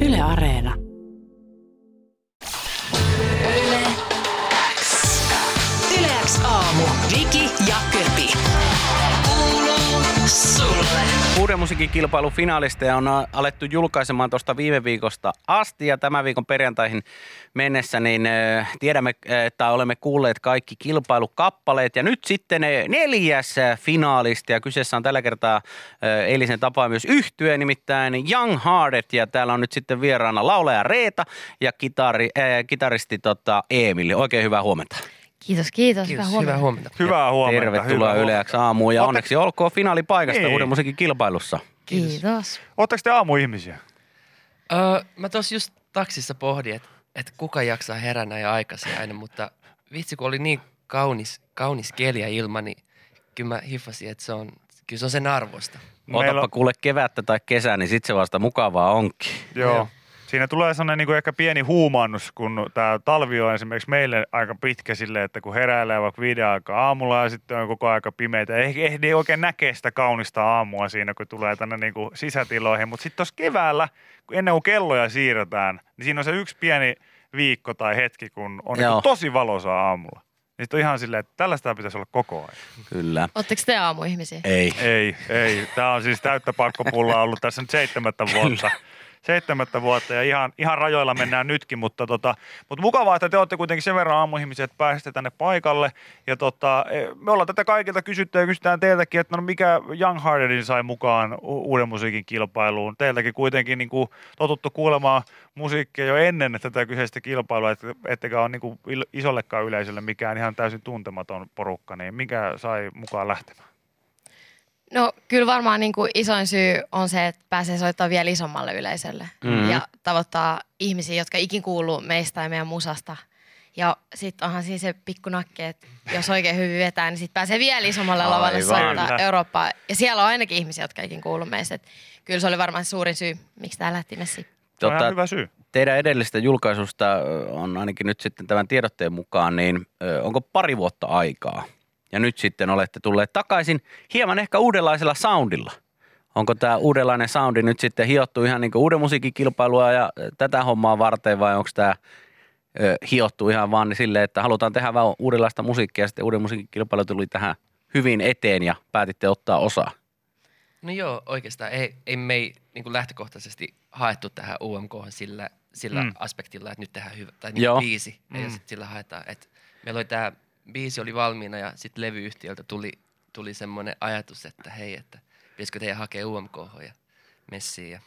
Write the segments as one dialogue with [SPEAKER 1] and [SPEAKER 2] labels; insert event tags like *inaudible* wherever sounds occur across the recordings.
[SPEAKER 1] Yle Areena.
[SPEAKER 2] Yleäks aamu. Viki ja Köpi. Kuuluu sulle.
[SPEAKER 3] Uuden musiikin kilpailun finaalisteja on a- alettu julkaisemaan tuosta viime viikosta asti ja tämän viikon perjantaihin mennessä, niin ö, tiedämme, ö, että olemme kuulleet kaikki kilpailukappaleet. Ja nyt sitten ö, neljäs ö, finaalisti ja kyseessä on tällä kertaa ö, eilisen tapaa myös yhtye, nimittäin Young Hearted ja täällä on nyt sitten vieraana laulaja Reeta ja kitari, äh, kitaristi tota, Eemili. Oikein hyvää huomenta.
[SPEAKER 4] Kiitos, kiitos.
[SPEAKER 5] Kiitos,
[SPEAKER 4] Hyvää huomenta.
[SPEAKER 5] hyvää huomenta.
[SPEAKER 6] Hyvää huomenta.
[SPEAKER 3] Tervetuloa
[SPEAKER 6] hyvää
[SPEAKER 3] Yleäksi aamuun ja
[SPEAKER 6] Ootte-
[SPEAKER 3] onneksi olkoon finaalipaikasta
[SPEAKER 6] Niin.
[SPEAKER 3] Uuden musiikin kilpailussa.
[SPEAKER 4] Kiitos.
[SPEAKER 6] Ootteko te aamuihmisiä?
[SPEAKER 5] Öö, mä tos just taksissa pohdin, että et kuka jaksaa heränä ja aikaisin aina, mutta vitsi kun oli niin kaunis, kaunis keli ja ilma, niin kyllä mä hiffasin, että se on, kyllä se on sen arvosta.
[SPEAKER 3] Otapa
[SPEAKER 6] Meillä
[SPEAKER 3] on...
[SPEAKER 6] on-
[SPEAKER 3] kuule kevättä tai kesää, niin sit se vasta mukavaa onkin.
[SPEAKER 6] Joo.
[SPEAKER 5] Joo.
[SPEAKER 6] Siinä tulee sellainen niin kuin ehkä pieni huumannus, kun tämä talvi on esimerkiksi meille aika pitkä silleen, että kun heräilee vaikka viiden aikaa aamulla ja sitten on koko aika pimeitä. Ei ehdi oikein näkee sitä kaunista aamua siinä, kun tulee tänne niin kuin sisätiloihin. Mutta sitten tuossa keväällä, kun ennen kuin kelloja siirretään, niin siinä on se yksi pieni viikko tai hetki, kun on niin
[SPEAKER 3] Joo.
[SPEAKER 6] kuin tosi valosa aamulla. Niin sit on ihan silleen, että tällaista pitäisi olla koko ajan.
[SPEAKER 3] Kyllä.
[SPEAKER 4] Oletteko te aamuihmisiä?
[SPEAKER 3] Ei.
[SPEAKER 6] Ei, ei. Tämä on siis täyttä pakkopullaa ollut tässä nyt seitsemättä vuotta. Seitsemättä vuotta ja ihan, ihan rajoilla mennään nytkin, mutta, tota, mutta mukavaa, että te olette kuitenkin sen verran aamuihmisiä, että pääsette tänne paikalle. Ja tota, me ollaan tätä kaikilta kysytty ja kysytään teiltäkin, että no mikä Young Heartedin sai mukaan u- uuden musiikin kilpailuun. Teiltäkin kuitenkin niin kuin, totuttu kuulemaan musiikkia jo ennen tätä kyseistä kilpailua, että, ettekä ole niin kuin, il- isollekaan yleisölle mikään ihan täysin tuntematon porukka, niin mikä sai mukaan lähtemään?
[SPEAKER 4] No kyllä varmaan niin kuin isoin syy on se, että pääsee soittamaan vielä isommalle yleisölle.
[SPEAKER 3] Mhm.
[SPEAKER 4] Mm-hmm. Ja tavoittaa ihmisiä, jotka ikin kuuluu meistä ja meidän musasta. Ja sitten onhan siinä se pikku nakki, että jos oikein hyvin vetää, niin sitten pääsee vielä isommalle
[SPEAKER 3] Aivan.
[SPEAKER 4] lavalle soittaa
[SPEAKER 6] Kyllä.
[SPEAKER 4] Eurooppaa. Ja siellä on ainakin ihmisiä, jotka ikin kuuluu meistä. Et kyllä se oli varmaan se suurin syy, miksi tämä lähti messiin.
[SPEAKER 6] Tota,
[SPEAKER 3] Tota,
[SPEAKER 6] hyvä syy.
[SPEAKER 3] teidän edellisestä julkaisusta ö, on ainakin nyt sitten tämän tiedotteen mukaan, niin ö, onko pari vuotta aikaa? Ja nyt sitten olette tulleet takaisin hieman ehkä uudenlaisella soundilla. Onko tämä uudenlainen soundi nyt sitten hiottu ihan niin kuin uuden musiikin kilpailua ja ö, tätä hommaa varten vai onko tämä hiottu ihan vaan niin silleen, että halutaan tehdä vähän uudenlaista musiikkia ja sitten uuden musiikin kilpailu tuli tähän hyvin eteen ja päätitte ottaa osaa?
[SPEAKER 5] No joo, oikeastaan ei, ei me ei niin kuin lähtökohtaisesti haettu tähän UMK sillä, sillä
[SPEAKER 6] Mm.
[SPEAKER 5] mm. aspektillä, että nyt tehdään hyvä, tai niin
[SPEAKER 3] Joo.
[SPEAKER 5] kuin biisi, mm.
[SPEAKER 6] Mm.
[SPEAKER 5] ja sit sillä haetaan. Et meillä oli tämä biisi oli valmiina, ja sitten levyyhtiöltä tuli, tuli semmoinen ajatus, että hei, että pitäisikö teidän hakea UMK ja messiin. Ja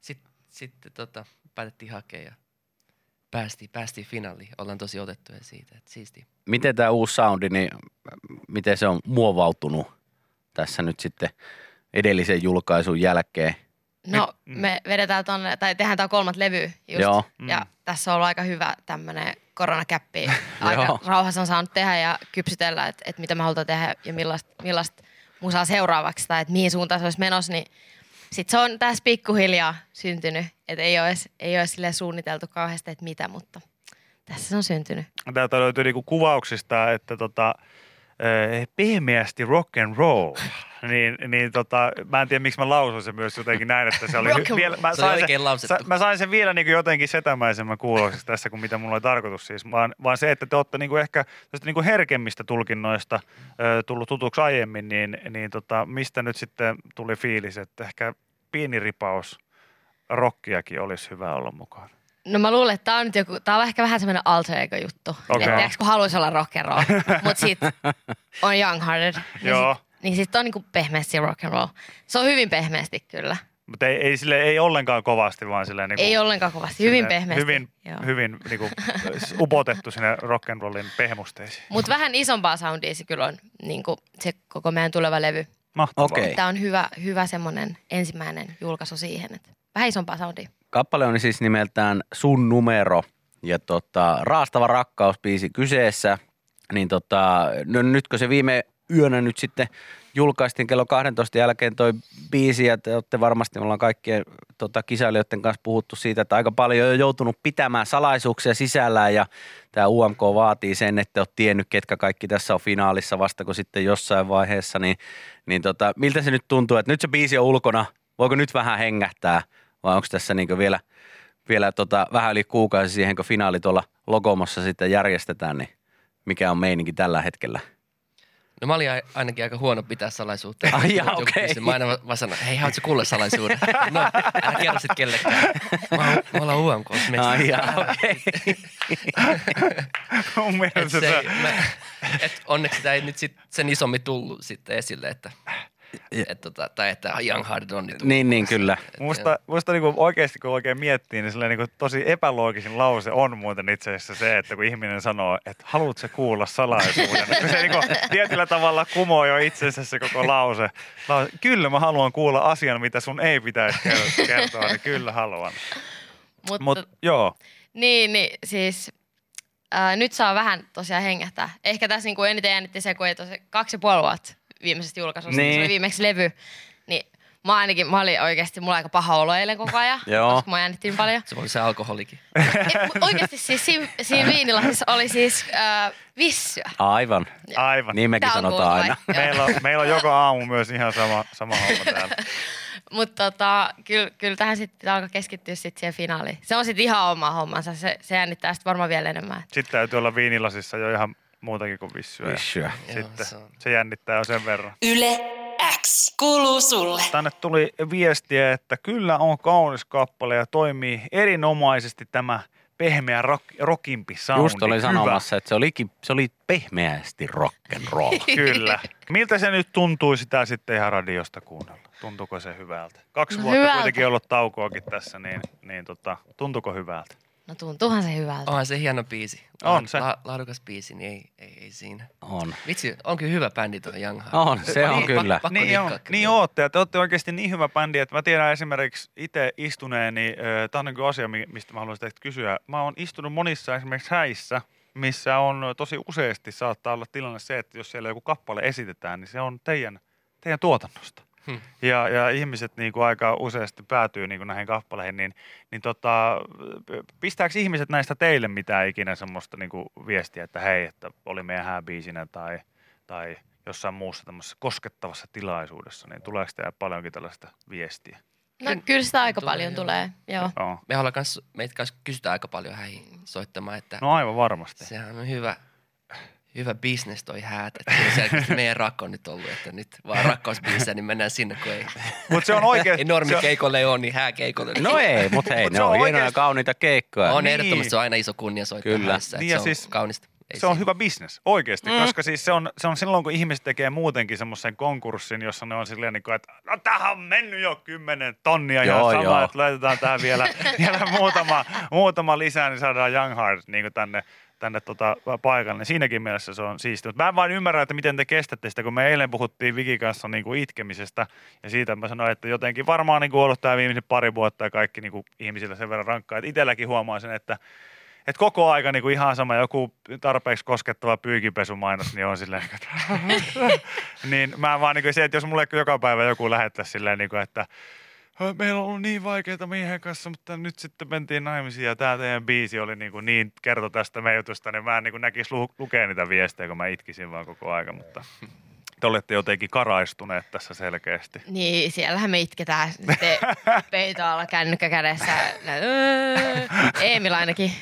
[SPEAKER 5] sitten sit, tota, päätettiin hakea, ja päästiin, päästiin finaaliin. Ollaan tosi otettuja siitä, että siistiä.
[SPEAKER 3] miten tämä uusi soundi, niin miten se on muovautunut tässä nyt sitten edellisen julkaisun jälkeen?
[SPEAKER 4] No
[SPEAKER 6] Mm.
[SPEAKER 4] me vedetään tonne, tai tehdään tämä kolmat levy just.
[SPEAKER 3] Joo.
[SPEAKER 6] Mm.
[SPEAKER 4] Ja tässä on ollut aika hyvä tämmöinen
[SPEAKER 6] *laughs*
[SPEAKER 4] koronakäppi. Aika
[SPEAKER 3] Joo.
[SPEAKER 4] rauhassa on saanut tehdä ja kypsytellä, että et mitä me halutaan tehdä ja millaista millaist musaa seuraavaksi tai että mihin suuntaan se olisi menossa. Niin sitten se on tässä pikkuhiljaa syntynyt. Että ei ole edes, ei ole edes silleen suunniteltu kauheasti, että mitä, mutta tässä se on syntynyt.
[SPEAKER 6] Täältä löytyy niinku kuvauksista, että tota, eh, pehmeästi rock and roll.
[SPEAKER 5] *laughs*
[SPEAKER 6] Niin, niin tota, mä en tiedä, miksi mä lausuin sen myös jotenkin näin, että se oli
[SPEAKER 4] Rock and
[SPEAKER 6] vielä, mä
[SPEAKER 5] Se oli
[SPEAKER 6] sain
[SPEAKER 5] oikein lausettu.
[SPEAKER 6] mä sain sen vielä niin jotenkin setämäisemmän kuuloksi tässä kuin mitä mulla oli tarkoitus siis, vaan, vaan se, että te olette niin ehkä tästä niin herkemmistä tulkinnoista ö, tullut tutuksi aiemmin, niin, niin tota, mistä nyt sitten tuli fiilis, että ehkä pieni ripaus rockiakin olisi hyvä olla mukaan.
[SPEAKER 4] No mä luulen, että tämä on nyt joku, tää on ehkä vähän semmoinen alter ego juttu.
[SPEAKER 6] Okei.
[SPEAKER 4] Että tiedätkö, kun haluaisi olla rock and roll,
[SPEAKER 6] *laughs*
[SPEAKER 4] mutta sit on young hearted. Niin
[SPEAKER 6] Joo.
[SPEAKER 4] Sit, niin sit on niinku pehmeästi rock and roll. Se on hyvin pehmeästi kyllä.
[SPEAKER 6] Mutta ei, ei, sille, ei ollenkaan kovasti, vaan silleen niin
[SPEAKER 4] Ei ollenkaan kovasti, hyvin
[SPEAKER 6] Sinne
[SPEAKER 4] pehmeästi.
[SPEAKER 6] Hyvin, hyvin niin
[SPEAKER 5] *laughs*
[SPEAKER 6] kuin, upotettu sinne rock'n'rollin pehmusteisiin.
[SPEAKER 4] Mutta vähän isompaa soundia se kyllä on, niin kuin se koko meidän tuleva levy.
[SPEAKER 6] Mahtavaa.
[SPEAKER 3] Okei.
[SPEAKER 4] Tämä on hyvä, hyvä semmoinen ensimmäinen julkaisu siihen, että vähän isompaa soundia.
[SPEAKER 3] Kappale on siis nimeltään Sun numero ja tota, raastava rakkausbiisi kyseessä. Niin tota, no nytkö se viime yönä nyt sitten julkaistiin kello 12 jälkeen toi biisi ja te olette varmasti, me ollaan kaikkien tota, kisailijoiden kanssa puhuttu siitä, että aika paljon on joutunut pitämään salaisuuksia sisällään ja tämä UMK vaatii sen, että oot tiennyt, ketkä kaikki tässä on finaalissa vasta kun sitten jossain vaiheessa, niin, niin tota, miltä se nyt tuntuu, että nyt se biisi on ulkona, voiko nyt vähän hengähtää vai onko tässä niinku vielä vielä tota, vähän yli kuukausi siihen, kun finaali tuolla Lokomossa sitten järjestetään, niin mikä on meininki tällä hetkellä?
[SPEAKER 5] No mä olin ai- ainakin aika huono pitää salaisuutta.
[SPEAKER 3] Ai jaa,
[SPEAKER 5] Joku
[SPEAKER 3] okei.
[SPEAKER 5] kysyi, Mä aina va- vaan sanoin, hei haluatko kuulla salaisuuden? no, älä kerro sit kellekään. Mä, mä ollaan UMK.
[SPEAKER 3] Ai jaa, okei.
[SPEAKER 6] *laughs* Mun
[SPEAKER 5] Et
[SPEAKER 6] mielestä
[SPEAKER 5] se, ei-
[SPEAKER 6] se,
[SPEAKER 5] mä, et onneksi tämä ei nyt sit sen isommin tullut sitten esille, että, et, tota, tai että Young Hard on nyt
[SPEAKER 3] Niin, niin kyllä.
[SPEAKER 6] Musta, musta niinku oikeasti, kun oikein miettii, niin silleen niinku tosi epäloogisin lause on muuten itse asiassa se, että kun ihminen sanoo, että haluatko sä kuulla salaisuuden, niin se niinku tietyllä tavalla kumoo jo itsensä se koko lause. lause. Kyllä mä haluan kuulla asian, mitä sun ei pitäisi ker- kertoa, niin kyllä haluan.
[SPEAKER 4] Mutta,
[SPEAKER 6] Mutta joo,
[SPEAKER 4] Niin, niin siis ää, nyt saa vähän tosiaan hengähtää. Ehkä tässä niinku eniten jännitti se, kun ei tosi kaksi ja puoli vuotta viimeisestä julkaisusta, niin.
[SPEAKER 3] Niin.
[SPEAKER 4] se oli viimeksi levy. Niin mä ainakin, mä olin oikeasti, mulla aika paha olo eilen koko ajan,
[SPEAKER 3] Joo.
[SPEAKER 4] koska mä jännittiin paljon.
[SPEAKER 5] Se voi olla se alkoholikin.
[SPEAKER 4] Ei, mut Oikeasti siis siinä, siinä viinilasissa oli siis äh, vissyä.
[SPEAKER 3] Aivan.
[SPEAKER 6] aivan.
[SPEAKER 3] Niin mekin
[SPEAKER 4] Tää on
[SPEAKER 3] sanotaan
[SPEAKER 4] kuulla
[SPEAKER 3] aina.
[SPEAKER 4] vai?
[SPEAKER 6] *laughs* Meillä on,
[SPEAKER 4] *laughs*
[SPEAKER 6] meillä on joka aamu myös ihan sama, sama homma täällä.
[SPEAKER 4] Mutta tota, kyllä, kyllä tähän sitten alkaa keskittyä sitten siihen finaaliin. Se on sitten ihan oma hommansa, se, se jännittää sitten varmaan vielä enemmän.
[SPEAKER 6] Sitten täytyy olla viinilasissa jo ihan muutakin kuin vissyä. ja
[SPEAKER 3] Vissyä.
[SPEAKER 6] Sitten
[SPEAKER 5] Joo, se on.
[SPEAKER 6] se jännittää jo sen verran.
[SPEAKER 2] Yle X kuuluu sulle.
[SPEAKER 6] Tänne tuli viestiä, että kyllä on kaunis kappale ja toimii erinomaisesti tämä pehmeä rock, rockimpi soundi.
[SPEAKER 3] Just olin
[SPEAKER 6] Hyvä.
[SPEAKER 3] sanomassa, että se oli, se oli pehmeästi rock'n'roll.
[SPEAKER 6] Kyllä. Miltä se nyt tuntui sitä sitten ihan radiosta kuunnella? Tuntuuko se hyvältä? Kaksi
[SPEAKER 4] No
[SPEAKER 6] vuotta
[SPEAKER 4] hyvältä.
[SPEAKER 6] kuitenkin ollut taukoakin tässä, niin, niin tota, tuntuuko hyvältä?
[SPEAKER 4] No tuntuuhan se hyvältä.
[SPEAKER 5] Onhan se hieno biisi.
[SPEAKER 6] On
[SPEAKER 5] La-
[SPEAKER 6] se.
[SPEAKER 5] La- laadukas biisi, niin ei, ei, ei siinä.
[SPEAKER 3] On.
[SPEAKER 5] Vitsi, on kyllä hyvä bändi tuo Young Hard.
[SPEAKER 3] On, se on
[SPEAKER 5] Niin,
[SPEAKER 3] kyllä.
[SPEAKER 5] Pakko
[SPEAKER 6] niin,
[SPEAKER 5] dikkaa
[SPEAKER 6] on,
[SPEAKER 5] kyllä.
[SPEAKER 6] niin ootte, ja te olette oikeasti niin hyvä bändi, että mä tiedän esimerkiksi itse istuneeni, tämä on niin asia, mi- mistä mä haluaisin teiltä kysyä. Mä oon istunut monissa esimerkiksi häissä, missä on ö, tosi useasti saattaa olla tilanne se, että jos siellä joku kappale esitetään, niin se on teidän, teidän tuotannosta.
[SPEAKER 5] Hmm.
[SPEAKER 6] Ja, ja ihmiset niin kuin aika useasti päätyy niin kuin näihin kappaleihin, niin, niin tota, p- pistääkö ihmiset näistä teille mitään ikinä semmoista niin kuin viestiä, että hei, että oli meidän hääbiisinä tai, tai jossain muussa tämmöisessä koskettavassa tilaisuudessa, niin tuleeko teillä paljonkin tällaista viestiä?
[SPEAKER 4] No kyllä sitä aika
[SPEAKER 5] Tulee,
[SPEAKER 4] paljon
[SPEAKER 5] joo.
[SPEAKER 4] tulee, joo.
[SPEAKER 6] Joo.
[SPEAKER 5] Me ollaan kans, meitä kans kysytään aika paljon häihin soittamaan, että no.
[SPEAKER 6] No aivan varmasti.
[SPEAKER 5] sehän on hyvä, hyvä bisnes toi häät. Että se on selkeästi meidän rakko on nyt ollut, että nyt vaan rakkausbiisiä, niin mennään sinne, kun ei.
[SPEAKER 6] Mutta se on
[SPEAKER 5] *laughs*
[SPEAKER 6] oikein.
[SPEAKER 5] ei normi
[SPEAKER 6] se on-
[SPEAKER 5] keikolle ei ole, niin hääkeikolle.
[SPEAKER 3] No ei, mutta hei,
[SPEAKER 6] Mut
[SPEAKER 3] ne
[SPEAKER 6] se on
[SPEAKER 3] on hienoja ja
[SPEAKER 6] oikeesti-
[SPEAKER 3] kauniita keikkoja.
[SPEAKER 5] On
[SPEAKER 6] Niin.
[SPEAKER 5] niin. ehdottomasti se on aina iso kunnia soittaa
[SPEAKER 3] Kyllä.
[SPEAKER 5] kyllä. häissä.
[SPEAKER 6] Niin
[SPEAKER 5] Niin
[SPEAKER 6] ja
[SPEAKER 5] se on
[SPEAKER 6] siis
[SPEAKER 5] siis, kaunista. Ei
[SPEAKER 6] se on
[SPEAKER 5] siinä.
[SPEAKER 6] hyvä bisnes, oikeasti, mm. koska siis se on, se on silloin, kun ihmiset tekee muutenkin semmoisen konkurssin, jossa ne on silleen, niin kuin, että no tähän on mennyt jo kymmenen tonnia ja
[SPEAKER 3] Joo,
[SPEAKER 6] sama,
[SPEAKER 3] joo.
[SPEAKER 6] että laitetaan tähän vielä, *laughs* vielä muutama, muutama lisää, niin saadaan Young Heart niin tänne, tänne tota, paikalle. Siinäkin mielessä se on siistiä. Mutta mä en vain ymmärrä, että miten te kestätte sitä, kun me eilen puhuttiin Viki kanssa niin kuin itkemisestä ja siitä että mä sanoin, että jotenkin varmaan niin kuin ollut tämä viimeiset pari vuotta ja kaikki niin kuin ihmisillä sen verran rankkaa, että itselläkin huomaa sen, että et koko aika niinku ihan sama joku tarpeeksi koskettava pyykinpesumainos, niin on silleen, että *laughs* niin mä vaan niinku se, että jos mulle joka päivä joku lähettäisi silleen, niinku, että "Hö, meillä on ollut niin vaikeaa miehen kanssa, mutta nyt sitten mentiin naimisiin ja tämä teidän biisi oli niinku niin, kerto tästä meijutusta, niin mä en niinku näkisi lu- lukea niitä viestejä, kun mä itkisin vaan koko aika, mutta *laughs* te olette jotenkin karaistuneet tässä selkeästi.
[SPEAKER 4] Niin, siellähän me itketään sitten peito alla kännykkä kädessä. *laughs* Nä- öö. Eemil ainakin.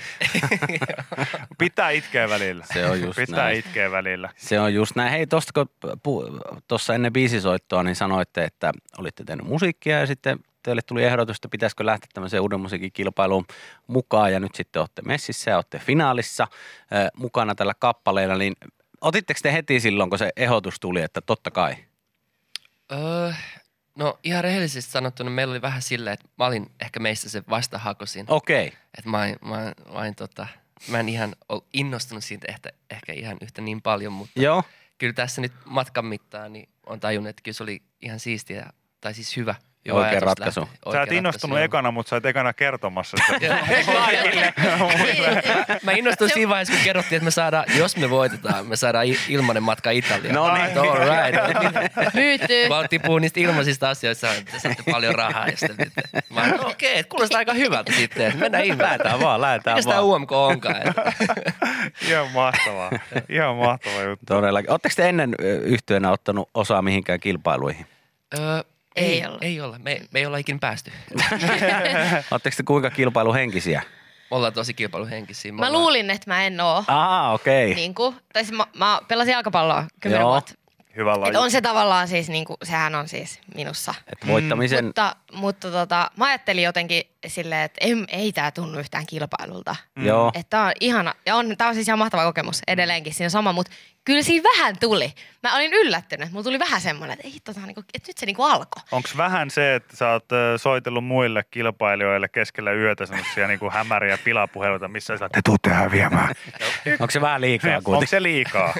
[SPEAKER 6] Pitää itkeä välillä.
[SPEAKER 3] Se on just
[SPEAKER 6] Pitää
[SPEAKER 3] näin.
[SPEAKER 6] itkeä välillä.
[SPEAKER 3] Se on just näin. Hei, tosta kun pu- tuossa ennen biisisoittoa, niin sanoitte, että olitte tehnyt musiikkia ja sitten teille tuli ehdotus, että pitäisikö lähteä tämmöiseen uuden musiikin kilpailuun mukaan ja nyt sitten olette messissä ja olette finaalissa ö, mukana tällä kappaleella, niin otitteko te heti silloin, kun se ehdotus tuli, että totta kai?
[SPEAKER 5] *laughs* Öö, no ihan rehellisesti sanottuna meillä oli vähän silleen, että mä olin ehkä meistä se vastahakosin.
[SPEAKER 3] Okei. Okay.
[SPEAKER 5] Et mä, en- mä, en- mä, en tota, mä en ihan ole innostunut siitä ehkä, ehkä ihan yhtä niin paljon, mutta
[SPEAKER 3] *laughs* Joo.
[SPEAKER 5] kyllä tässä nyt matkan mittaan niin on tajunnut, että kyllä se oli ihan siistiä, ja- tai siis hyvä. hyvä
[SPEAKER 3] Oikea
[SPEAKER 5] ajatus
[SPEAKER 3] ratkaisu.
[SPEAKER 5] lähteä.
[SPEAKER 6] Sä
[SPEAKER 5] Oikea
[SPEAKER 6] et innostunut
[SPEAKER 5] ratkaisu,
[SPEAKER 6] ekana, mutta sä et ekana kertomassa sitä.
[SPEAKER 5] joo.
[SPEAKER 3] *laughs*
[SPEAKER 4] *laughs*
[SPEAKER 5] *laughs* Mä innostuin siinä vaiheessa, kun kerrottiin, että me saadaan, jos me voitetaan, me saadaan i- ilmainen matka Italiaan.
[SPEAKER 3] No niin.
[SPEAKER 5] Että All right.
[SPEAKER 4] Myytyy.
[SPEAKER 5] Mä oon tipuu niistä ilmaisista asioista, että te saatte paljon rahaa. Ja sitten nyt, mä oon, no okei, okay, kuulostaa aika hyvältä sitten, että mennään
[SPEAKER 3] Lähetään
[SPEAKER 5] ihmetään.
[SPEAKER 3] vaan, lähetään
[SPEAKER 5] Mitäs tää
[SPEAKER 3] vaan.
[SPEAKER 5] UMK onkaan?
[SPEAKER 3] *laughs*
[SPEAKER 5] Että-
[SPEAKER 6] Ihan mahtavaa. Ihan mahtava juttu.
[SPEAKER 3] *laughs* Todellakin. Oletteko te ennen ö, yhtyeenä ottanut osaa mihinkään kilpailuihin?
[SPEAKER 5] Öö,
[SPEAKER 4] Ei, ei olla. Ei.
[SPEAKER 5] Ei olla. Me, me ei olla
[SPEAKER 4] *laughs*
[SPEAKER 5] ikin päästy.
[SPEAKER 3] Oletteko te kuinka kilpailuhenkisiä?
[SPEAKER 5] Me ollaan tosi kilpailuhenkisiä. Me
[SPEAKER 4] Mä
[SPEAKER 5] ollaan-
[SPEAKER 4] luulin, että mä en oo.
[SPEAKER 3] Aa, okei. Okay.
[SPEAKER 4] Niin kuin, tai siis mä, mä pelasin jalkapalloa kymmenen
[SPEAKER 3] Joo.
[SPEAKER 4] vuotta.
[SPEAKER 6] Hyvä
[SPEAKER 4] Et
[SPEAKER 6] laji.
[SPEAKER 4] on se tavallaan siis, niin kuin, sehän on siis minussa.
[SPEAKER 3] Että voittamisen...
[SPEAKER 4] Mutta, mutta tota, mä ajattelin jotenkin silleen, että ei, ei tämä tunnu yhtään kilpailulta.
[SPEAKER 3] Mm. Joo.
[SPEAKER 4] Että tää on ihana. Ja on, tää on siis ihan mahtava kokemus edelleenkin siinä on sama, mutta kyllä siinä vähän tuli. Mä olin yllättynyt, mulla tuli vähän semmoinen, että, ei, tota, niinku, että nyt se niinku alkoi.
[SPEAKER 6] Onko vähän se, että sä oot ö, soitellut muille kilpailijoille keskellä yötä semmoisia niinku hämäriä pilapuheluita, missä sä oot, te tuutte häviämään.
[SPEAKER 3] Onko Mm. se vähän liikaa
[SPEAKER 6] Onko
[SPEAKER 3] kuitenkin?
[SPEAKER 6] se liikaa?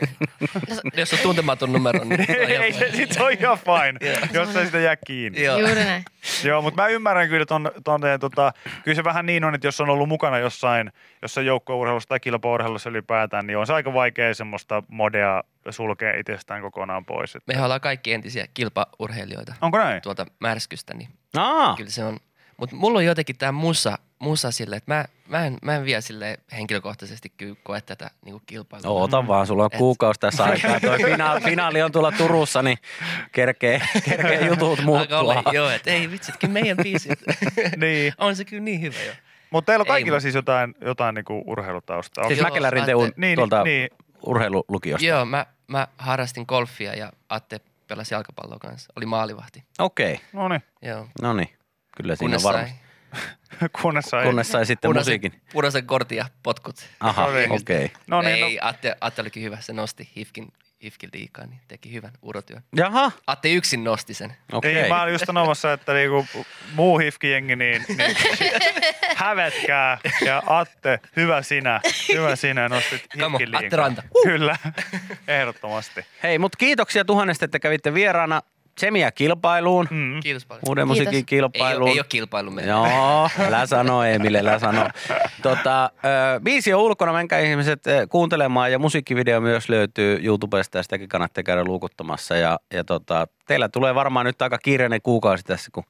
[SPEAKER 4] No,
[SPEAKER 5] Jos on tuntematon
[SPEAKER 4] *laughs*
[SPEAKER 5] numero, niin...
[SPEAKER 6] ei, se, sit se on ihan fine, jos sä sitä jää kiinni.
[SPEAKER 5] Joo.
[SPEAKER 4] Juuri näin.
[SPEAKER 6] Joo, mutta mä ymmärrän kyllä ton, ton, eh, tota, kyllä se vähän niin on, että jos on ollut mukana jossain, jossain joukkueurheilussa tai kilpaurheilussa ylipäätään, niin on se aika vaikea semmoista modea sulkea itsestään kokonaan pois. Et-
[SPEAKER 5] Mehän ollaan kaikki entisiä kilpaurheilijoita
[SPEAKER 6] Onko Ah. näin?
[SPEAKER 5] tuolta märskystä, niin
[SPEAKER 3] Aa,
[SPEAKER 5] kyllä se on. Mutta mulla on jotenkin tämä musa, musa sille, että mä, mä, en, mä en vielä sille henkilökohtaisesti kyllä koe tätä niinku kilpailua.
[SPEAKER 3] no, ota vaan, sulla on
[SPEAKER 5] Et-
[SPEAKER 3] kuukausi tässä aikaa. Toi finaali, finaali on tuolla Turussa, niin kerkee, kerkee jutut
[SPEAKER 5] Alkaa olla,
[SPEAKER 3] muuttua.
[SPEAKER 5] joo, et ei vitsitkin meidän
[SPEAKER 6] *laughs*
[SPEAKER 5] biisi.
[SPEAKER 6] Niin.
[SPEAKER 5] on se kyllä niin hyvä jo.
[SPEAKER 6] Mutta teillä on
[SPEAKER 5] Ei,
[SPEAKER 6] kaikilla
[SPEAKER 5] mut-
[SPEAKER 6] siis jotain, jotain niinku urheilutaustaa.
[SPEAKER 3] Siis
[SPEAKER 5] Joo,
[SPEAKER 3] Mäkelärin
[SPEAKER 5] Atte-
[SPEAKER 3] teun
[SPEAKER 6] Niin,
[SPEAKER 3] tuolta
[SPEAKER 6] niin.
[SPEAKER 3] urheilulukiosta.
[SPEAKER 5] Joo, mä, mä harrastin golfia ja Atte pelasi jalkapalloa kanssa. Oli maalivahti.
[SPEAKER 3] Okei,
[SPEAKER 6] No niin,
[SPEAKER 5] Joo.
[SPEAKER 3] no niin. Kyllä siinä on varmasti.
[SPEAKER 6] kunnes sai.
[SPEAKER 3] Kunnes sai sitten
[SPEAKER 5] punaisen,
[SPEAKER 3] musiikin. Ah.
[SPEAKER 5] punaisen kortin ja potkut.
[SPEAKER 3] Aha,
[SPEAKER 6] No
[SPEAKER 3] okei.
[SPEAKER 6] niin.
[SPEAKER 3] Okay.
[SPEAKER 6] No
[SPEAKER 5] ei,
[SPEAKER 6] niin, no,
[SPEAKER 5] Atte, Atte olikin hyvä. Se nosti Hifkin, Hifkin liikaa, niin teki hyvän urotyön.
[SPEAKER 3] Jaha,
[SPEAKER 5] Atte yksin nosti sen.
[SPEAKER 3] okei.
[SPEAKER 6] Ei, mä olin just sanomassa, että niinku muu hifkijengi, niin,
[SPEAKER 5] *laughs*
[SPEAKER 6] niin hävetkää. Ja Atte, hyvä sinä, hyvä sinä, nostit
[SPEAKER 5] Come on,
[SPEAKER 6] hifkin liikaa.
[SPEAKER 5] Atte Ranta.
[SPEAKER 6] Kyllä, ehdottomasti.
[SPEAKER 3] Hei, mutta kiitoksia tuhannesta, että kävitte vieraana Semia kilpailuun.
[SPEAKER 6] Mm.
[SPEAKER 5] Kiitos paljon.
[SPEAKER 3] Uuden
[SPEAKER 4] Kiitos.
[SPEAKER 3] musiikin kilpailuun.
[SPEAKER 5] Ei, oo- ei ole kilpailu meillä.
[SPEAKER 3] Joo, älä sano Emil, älä sano. Tota, ö, biisi on ulkona, menkää ihmiset ö, kuuntelemaan ja musiikkivideo myös löytyy YouTubesta ja sitäkin kannattaa käydä luukuttamassa. Ja, ja tota, teillä tulee varmaan nyt aika kiireinen kuukausi tässä, kun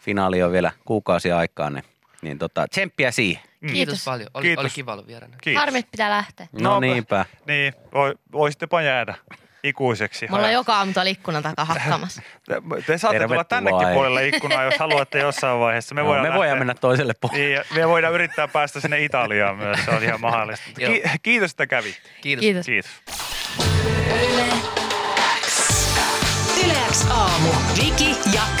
[SPEAKER 3] finaali on vielä kuukausi aikaa, niin, niin tota, tsemppiä siihen.
[SPEAKER 5] Mm. Kiitos,
[SPEAKER 4] Kiitos.
[SPEAKER 5] paljon. Oli,
[SPEAKER 6] Kiitos.
[SPEAKER 5] oli kiva olla vieraana.
[SPEAKER 6] Kiitos.
[SPEAKER 4] Harmi, että pitää lähteä.
[SPEAKER 3] No,
[SPEAKER 6] No,
[SPEAKER 3] niinpä.
[SPEAKER 6] Niin, voi, voisittepa jäädä ikuiseksi.
[SPEAKER 4] Mulla on joka aamu tuolla ikkunan takaa hakkaamassa.
[SPEAKER 6] Te- Te saatte
[SPEAKER 3] Tervetuloa,
[SPEAKER 6] tulla tännekin
[SPEAKER 3] ei.
[SPEAKER 6] puolelle ikkunaa, jos haluatte jossain vaiheessa. Me,
[SPEAKER 3] Me,
[SPEAKER 6] voidaan,
[SPEAKER 3] voidaan, me voidaan
[SPEAKER 6] lähteä-
[SPEAKER 3] mennä toiselle puolelle.
[SPEAKER 6] Niin, ja me voidaan yrittää päästä sinne Italiaan myös, se on ihan mahdollista.
[SPEAKER 5] Joo.
[SPEAKER 6] Ki- kiitos, että kävitte.
[SPEAKER 5] Kiitos.
[SPEAKER 4] Kiitos.
[SPEAKER 6] Kiitos.
[SPEAKER 2] Yle X aamu. Viki ja